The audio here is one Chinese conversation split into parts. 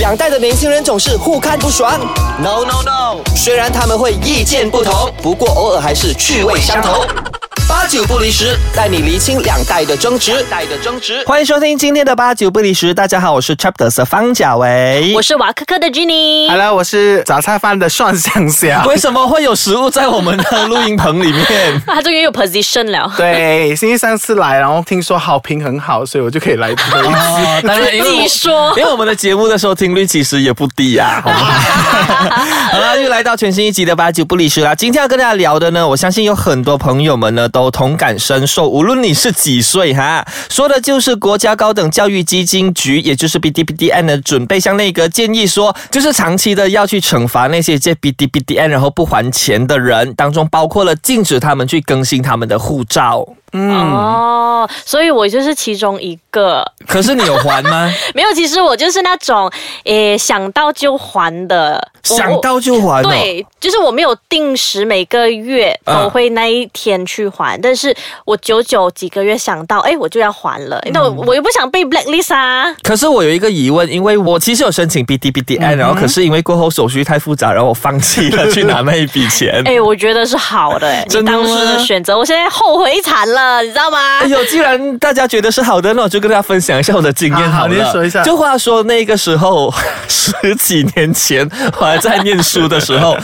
两代的年轻人总是互看不爽。 No no no，虽然他们会意见不同，不过偶尔还是趣味相投。八九不离十，带你厘清两代的争执。代的争执。欢迎收听今天的八九不离十，大家好，我是 Chapters 的方甲维我。是瓦科科的 Jenny。？好了，我是杂菜饭的蒜香 虾。为什么会有食物在我们的录音棚里面他终于有 position 了，对，星期三次来，然后听说好评很好，所以我就可以来多一次。哦，当然因自为己我说因为我们的节目的收听率其实也不低 呀、好吗好了，又来到全新一集的八九不离十啦。今天要跟大家聊的呢，我相信有很多朋友们呢都同感深受，无论你是几岁哈，说的就是国家高等教育基金局，也就是 BDBDN 的准备向内阁建议说，就是长期的要去惩罚那些借 BDBDN 然后不还钱的人，当中包括了禁止他们去更新他们的护照。哦，所以我就是其中一个。可是你有还吗？没有，其实我就是那种，诶，想到就还的。 我想到就还、我哦。啊对，就是我没有定时每个月都会那一天去还，但是我久久几个月想到，哎，我就要还了。嗯那我我又不想被 blacklist 啊。可是我有一个疑问，因为我其实有申请 B D B D 嗯 N，、然后可是因为过后手续太复杂，然后我放弃了去拿那一笔钱。 哎，我觉得是好的，哎 你真的吗当初的选择，我现在后悔惨了，你知道吗？哎呦，既然大家觉得是好的，那我就跟大家分享一下我的经验 好好了。你说一下就话说那个时候， 十几年前我还在念书的时 候，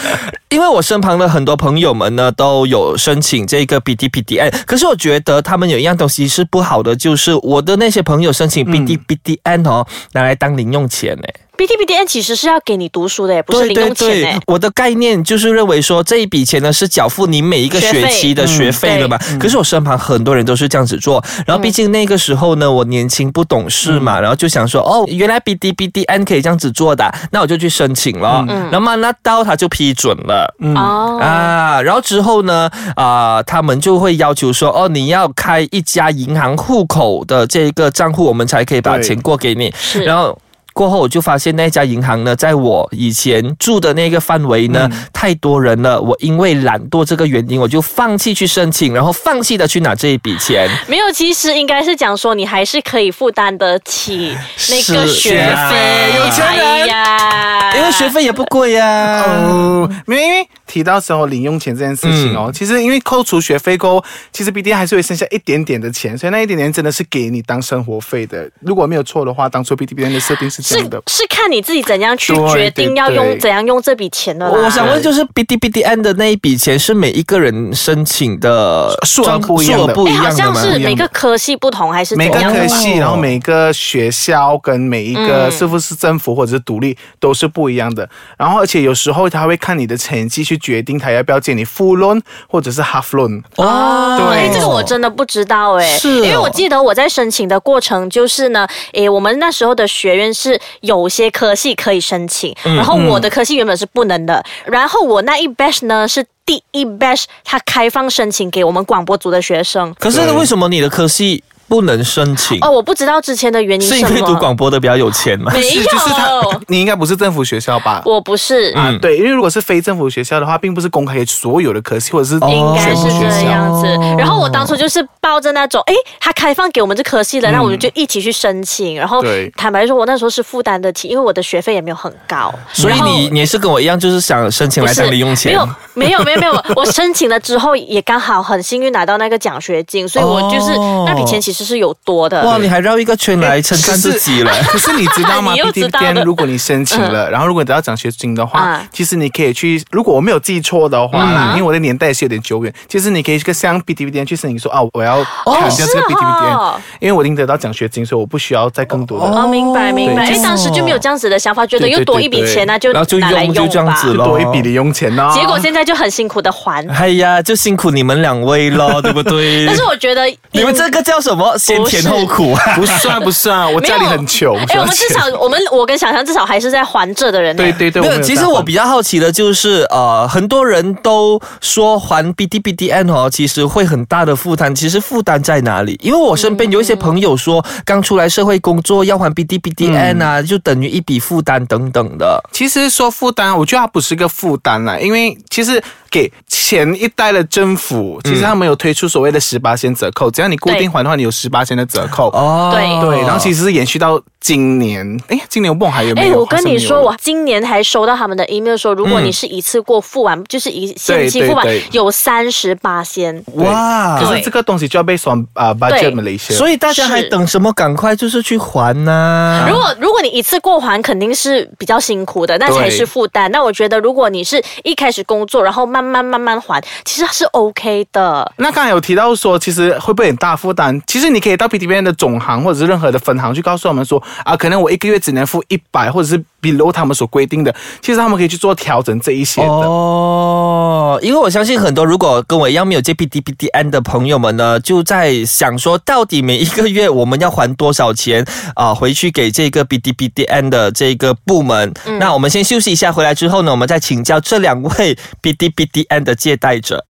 因为我身旁的很多朋友们呢都有申请这个 B D B D N，可是我觉得他们有一样东西是不好的，就是我的那些朋友申请嗯 B D B D N 哦，拿来当零用钱呢、 B T B D N 其实是要给你读书的耶，不是对零对用钱对，哎。我的概念就是认为说这一笔钱呢是缴付你每一个学期的学学费嗯费了嘛。可是我身旁很多人都是这样子做，然后毕竟那个时候呢我年轻不懂事嘛，嗯然后就想说哦，原来 B D B D N 可以这样子做的啊，那我就去申请了。那么那到他就批准了。嗯哦，嗯啊，然后之后呢，啊、他们就会要求说，哦，你要开一家银行户口的这个账户，我们才可以把对钱过给你。是然后。过后我就发现那家银行呢，在我以前住的那个范围呢，嗯太多人了。我因为懒惰这个原因，我就放弃去申请，然后放弃的去拿这一笔钱。没有，其实应该是讲说你还是可以负担得起那个是啊学费，有钱人哎呀因为学费也不贵啊呀、哦，没有，因为提到时候零用钱这件事情哦，其实因为扣除学费过后，其实 B D 还是会剩下一点点的钱，所以那一点点真的是给你当生活费的。如果没有错的话，当初 B D B N 的设定是这是样的。是看你自己怎样去对决定对要用对怎样用这笔钱的啦。我想问，就是 B D B D N 的那一笔钱是每一个人申请的数额不一样的数额不一哎，好样的像吗？是每个科系不同还是怎每个样？哦科系，然后每个学校跟每一个嗯是不是政府或者是独立都是不一样的。然后，而且有时候他会看你的成绩去决定他要不要借你 full loan 或者是 half loan。哦对哎，这个我真的不知道哎、是哦因为我记得我在申请的过程就是呢，哎，我们那时候的学院是有些科系可以申请，嗯然后我的科系原本是不能的，然后我那一 batch 呢是第一 batch，它开放申请给我们广播组的学生。可是为什么你的科系不能申请？哦，我不知道之前的原因是是因什为读么，广播的比较有钱吗？没有，就是他， 你应该不是政府学校吧？我不是。啊，对，因为如果是非政府学校的话，并不是公开给所有的科系或者是哦应该全部是学这校。样子。然后我当初就是抱着那种，诶，他开放给我们这科系嗯了，那我们就一起去申请。然后对坦白说，我那时候是负担得起，因为我的学费也没有很高。所以你你也是跟我一样，就是想申请不来是当零用钱没。有没有没有没 有，我申请了之后也刚好很幸运拿到那个奖学金，所以我就是、哦那笔钱其实是有多的。哇，你还绕一个圈来称赞自己了。 可是你知道 吗你又知道嗯了？BTPN 如果你申请了，然后如果得到奖学金的话啊，其实你可以去，如果我没有记错的话嗯啦，因为我的年代也是有点久远，其实你可以去向 BTPN 去申请说啊，我要砍掉这个是哦 BTPN，因为我已经得到奖学金，所以我不需要再更多的。哦，明白明白，对因为当时就没有这样子的想法，觉得对对又多一笔对对钱那就然后就拿来用用就这样吧子就咯多一笔零用钱啊呢。结果现在就很辛苦的 还， 哎呀，就辛苦你们两位 咯，对不对？但是我觉得你们应这个叫什么？先甜后苦啊！不算不算， 我家里很穷。哎、我们至少我们我跟想象至少还是在还着的人呢、对对对，没们有，其实我比较好奇的就是，呃，很多人都说还 B D B D N 哦，其实会很大的负担。其实负担在哪里？因为我身边有一些朋友说，刚出来社会工作要还 B D B D N 啊，就等于一笔负担等等的。其实说负担，我觉得它不是个负担啦，因为其实给前一代的政府，其实他们有推出所谓的十八先折扣，只要你固定还的话，你有十八先的折扣。哦，对哎对，然后其实是延续到今年，哎，今年我梦还有没哎、有？我跟你说，好像没有我今年还收到他们的 email 说，如果你是一次过付完，就是一现金对付完，嗯对有三十八先。哇对可是这个东西就要被算啊 budget 了一些，所以大家还等什么？赶快就是去还呐、如啊果如果你一次过还，肯定是比较辛苦的，那才对是负担。那我觉得，如果你是一开始工作，然后慢慢慢慢还，其实是 OK 的。那刚才有提到说，其实会不会很大负担？其实你可以到 PTBN 的总行或者是任何的分行去告诉我们说，啊，可能我一个月只能付一百，或者是 below 他们所规定的。其实他们可以去做调整这一些的。哦，因为我相信很多如果跟我一样没有借 PDPDN 的朋友们呢，就在想说，到底每一个月我们要还多少钱啊、回去给这个 PDPDN 的这个部门。那我们先休息一下，回来之后呢，我们再请教这两位 PDPDN 的借贷者。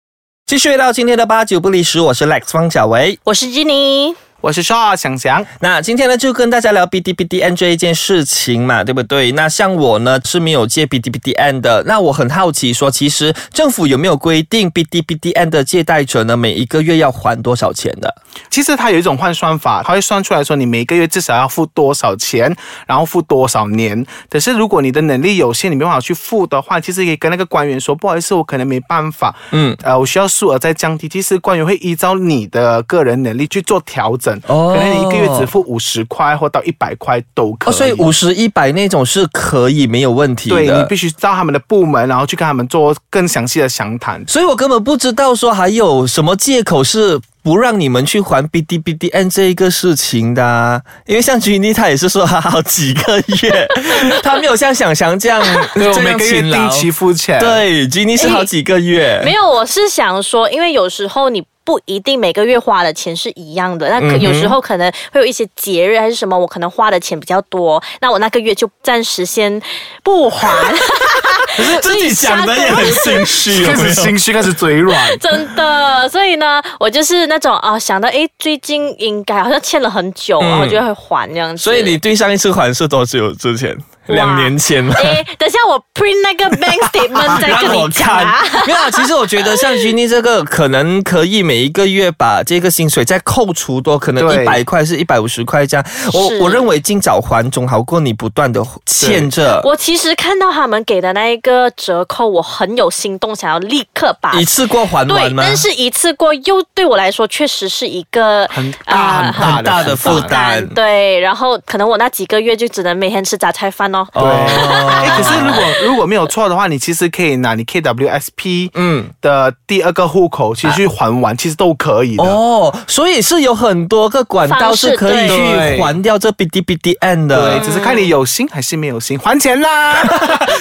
继续回到今天的八九不离十，我是 Lex 方小维。我是 Jenny，我是邵想想，那今天呢，就跟大家聊 B D B D N 这一件事情嘛，对不对？那像我呢是没有借 B D B D N 的，那我很好奇说，其实政府有没有规定 B D B D N 的借贷者呢，每一个月要还多少钱的？其实它有一种换算法，它会算出来说你每个月至少要付多少钱，然后付多少年。可是如果你的能力有限，你没办法去付的话，其实可以跟那个官员说，不好意思，我可能没办法，嗯，呃，我需要数额再降低。其实官员会依照你的个人能力去做调整，哦可能你一个月只付五十块或到一百块都可以。哦，所以五十一百那种是可以没有问题的。对你必须到他们的部门，然后去跟他们做更详细的详谈。所以我根本不知道说还有什么借口是不让你们去还 B D B D N 这一个事情的、啊，因为像 g i n 他也是说他好几个月，他没有像想翔这 样，对，我这每样个月勤劳定期付钱。。对 g i n 是好几个月， 没有，我是想说，因为有时候你。不一定每个月花的钱是一样的，那可嗯哼有时候可能会有一些节日还是什么，我可能花的钱比较多，那我那个月就暂时先不还。自己讲的也很心 虚，有开没始有？心虚，开始嘴软。真的，所以呢，我就是那种啊，想到诶，最近应该好像欠了很久，然后就会还这样嗯子。所以你对上一次还是多久之前？哇两年前吗？诶，等一下我 print 那 个 bank statement 再跟让我你讲看啊。， 没有啊。其实我觉得像 g i n 这个，可能可以每一个月把这个薪水再扣除多，可能一对百块是一百五十块这样。我是我认为尽早还总好过你不断的欠着，我其实看到他们给的那一个折扣，我很有心动，想要立刻把一次过还完对，吗？但是一次过又对我来说确实是一个很啊大很大的负负担。担。对，然后可能我那几个月就只能每天吃杂菜饭哦。对，哎、可是如果如果没有错的话，你其实可以拿你 KWSP 嗯的第二个户口，其实去还完，其实都可以的。哦，所以是有很多个管道方式是可以对去还掉这 B D B D N 的。对，只是看你有心还是没有心，还 钱啦！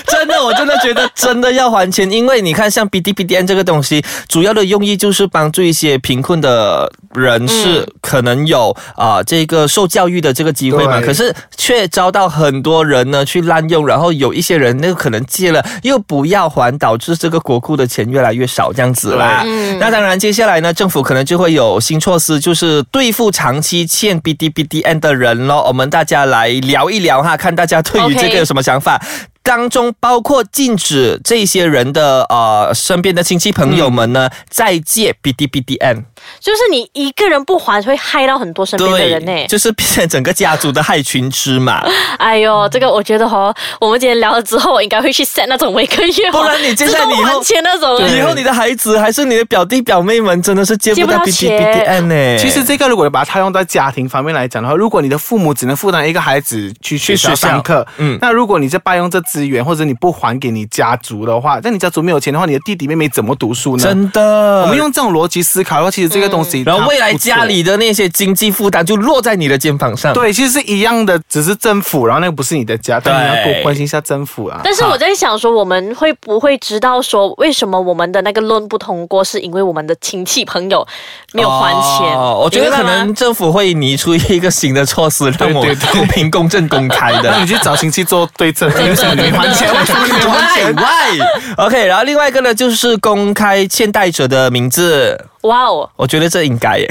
真的，我真的觉得真的要还钱，因为你看，像 B D B D N 这个东西，主要的用意就是帮助一些贫困的人士，可能有啊、这个受教育的这个机会嘛，对可是却遭到很多人呢去滥用，然后有一些人那个可能借了又不要还，导致这个国库的钱越来越少这样子啦。那当然，接下来呢，政府可能就会有新措施，就是对付长期欠 B D B D N 的人咯。我们大家来聊一聊哈，看大家对于 OK 这个有什么想法。当中包括禁止这些人的呃身边的亲戚朋友们嗯呢，再借 B D B D N，就是你一个人不还，会害到很多身边的人呢、就是变成整个家族的害群之 马。哎呦，这个我觉得哦，我们今天聊了之后，我应该会去 set 那种每个月哦，不然你接下来你以后自动还钱那种。以后你的孩子还是你的表弟表妹们，真的是借借不不到到 B D B 钱 D N 呢、其实这个如果把它套用到家庭方面来讲的话，如果你的父母只能负担一个孩子去学去校学校上课，嗯嗯，那如果你在霸用这资源，或者你不还给你家族的话，那你家族没有钱的话，你的弟弟妹妹怎么读书呢？真的，嗯我们用这种逻辑思考的话，其实这个东西它不错、然后未来家里的那些经济负担就落在你的肩膀上。，对，其实是一样的，只是政府，然后那个不是你的家，但你要对多关心一下政府啊。但是我在想说，我们会不会知道说为什么我们的那个 loan 不通过，是因为我们的亲戚朋友没有还钱？哦，我觉得你明白可吗能政府会拟出一个新的措施，让我对 对公平、公正、公开的。 那你去找亲戚做 对证，为什么你没还钱？为什么你没还钱？喂 OK，然后另外一个呢，就是公开欠贷者的名字，哇哦，我觉得这应该耶。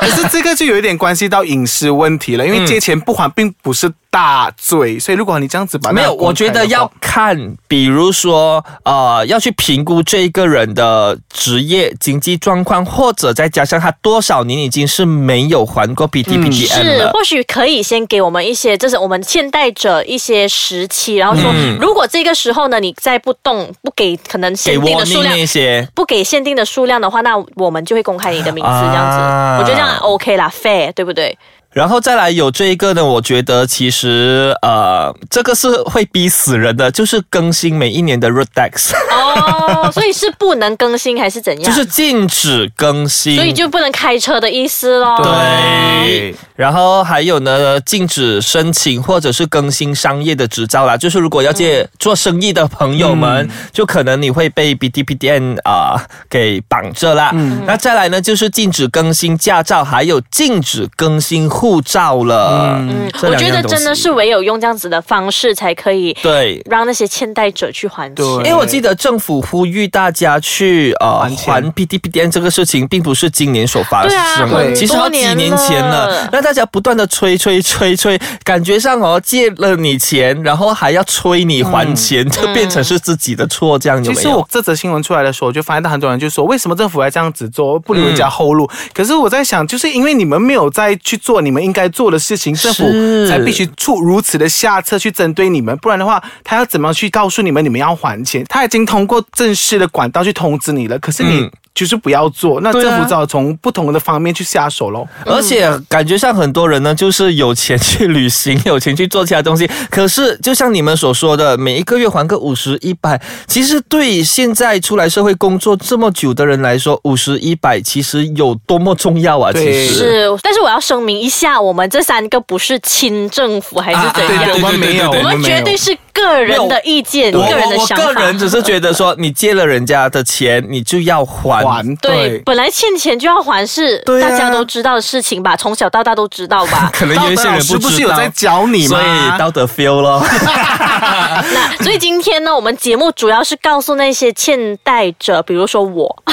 可是这个就有一点关系到隐私嗯问题了，因为借钱不还并不是大罪，所以如果你这样子把那没个有，我觉得公开的要话看，比如说呃，要去评估这一个人的职业经济状况，或者再加上他多少年已经是没有还过 P T P T M 是嗯了，或许可以先给我们一些，这是我们现代者一些时期，然后说，嗯如果这个时候呢，你再不动，不给可能给限定我的数量那。些。不给限定的数量的话，那我们就会公开你的名字，这样子，啊我觉得这样 OK 啦，fair，对 不对？然后再来有这一个呢，我觉得其实呃，这个是会逼死人的，就是更新每一年的 r o d e x 哦，所以是不能更新还是怎样？就是禁止更新。所以就不能开车的意思咯。对，然后还有呢，禁止申请或者是更新商业的执照啦。就是如果要借做生意的朋友们，就可能你会被 B D P D N 啊、给绑着啦。那再来呢，就是禁止更新驾照，还有禁止更新护照了。嗯我觉得真的是唯有用这样子的方式，才可以对。让那些欠贷者去还钱。对因为我记得政府呼吁大家去呃还钱还 P D P D N 这个事情，并不是今年所发对啊生很的，多其实好几年前年了了。那大家不断的催催催催，感觉上哦借了你钱，然后还要催你还钱，就变成是自己的错，这样有其没实有？我这则新闻出来的时候，我就发现到很多人就说，为什么政府要这样子做，不嗯留人家后路？可是我在想，就是因为你们没有再去做你们应该做的事情，政府是才必须出如此的下策去针对你们，不然的话，他要怎么去告诉你们你们要还钱？他已经通过正式的管道去通知你了，可是你。嗯就是不要做，那对政啊府只好从不同的方面去下手喽。而且感觉上很多人呢，就是有钱去旅行，有钱去做其他东西。可是就像你们所说的，每一个月还个五十一百，其实对现在出来社会工作这么久的人来说，五十一百其实有多么重要啊！其对实是，但是我要声明一下，我们这三个不是亲政府还是怎啊啊样，对对我们没有，对对对对我们绝对是个人的意见，我个人的我我想个法人。只是觉得说，你借了人家的钱，你就要还。还对，本来欠钱就要还是对啊。大家都知道的事情吧，从小到大都知道吧可能有一些人不知道，道德老师不是有在教你吗所以道德 feel 咯。啊 那所以今天呢，我们节目主要是告诉那些欠贷者，比如说我，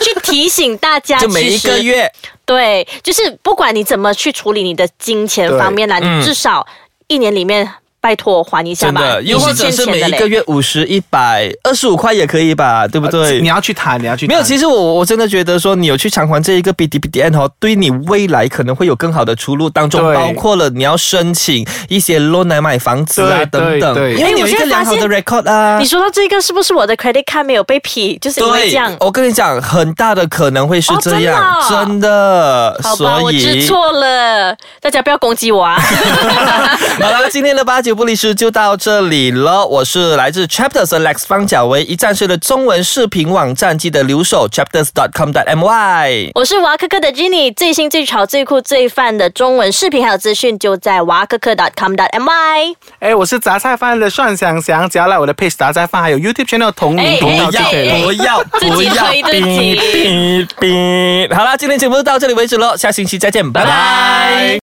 去提醒大家，嗯就每一其个实月，对，就是不管你怎么去处理你的金钱对方面啦，嗯你至少一年里面拜托还一下真吧。的，你又或者欠是钱每的一嘞个月五十、一百、二十五块也可以吧，对不对？你要去谈，你要去谈没有，其实我我真的觉得说，你有去偿还这一个 B D B D N 哦，对你未来可能会有更好的出路，当中对包括了你要申请一些 loan 来买房子啊对等等对，对因为你有一哎我个现在良发好现的 record 啊你。说到这个，是不是我的 credit card 没有被批？就是因为这样。我跟你讲，很大的可能会是哦这样，真真啊的。好吧，所我知以，错了，大家不要攻击我啊！ 好了，今天的八九不离十就到这里了。我是来自 Chapters 的 Lex 方小维，一站式的中文视频网站，记得留守 chapters.com.my。我是娃科科的 Jenny，最新最潮最酷最范的中文视频还有资讯，就在娃科科 .com.my。哎，我是杂菜饭的蒜香香，只要来我的 page 杂菜饭，还有 YouTube channel 同名哎频道不就要可以了。不要自不己要！推自己哔哔哔好啦，今天节目就到这里为止喽，下星期再见，拜拜。拜拜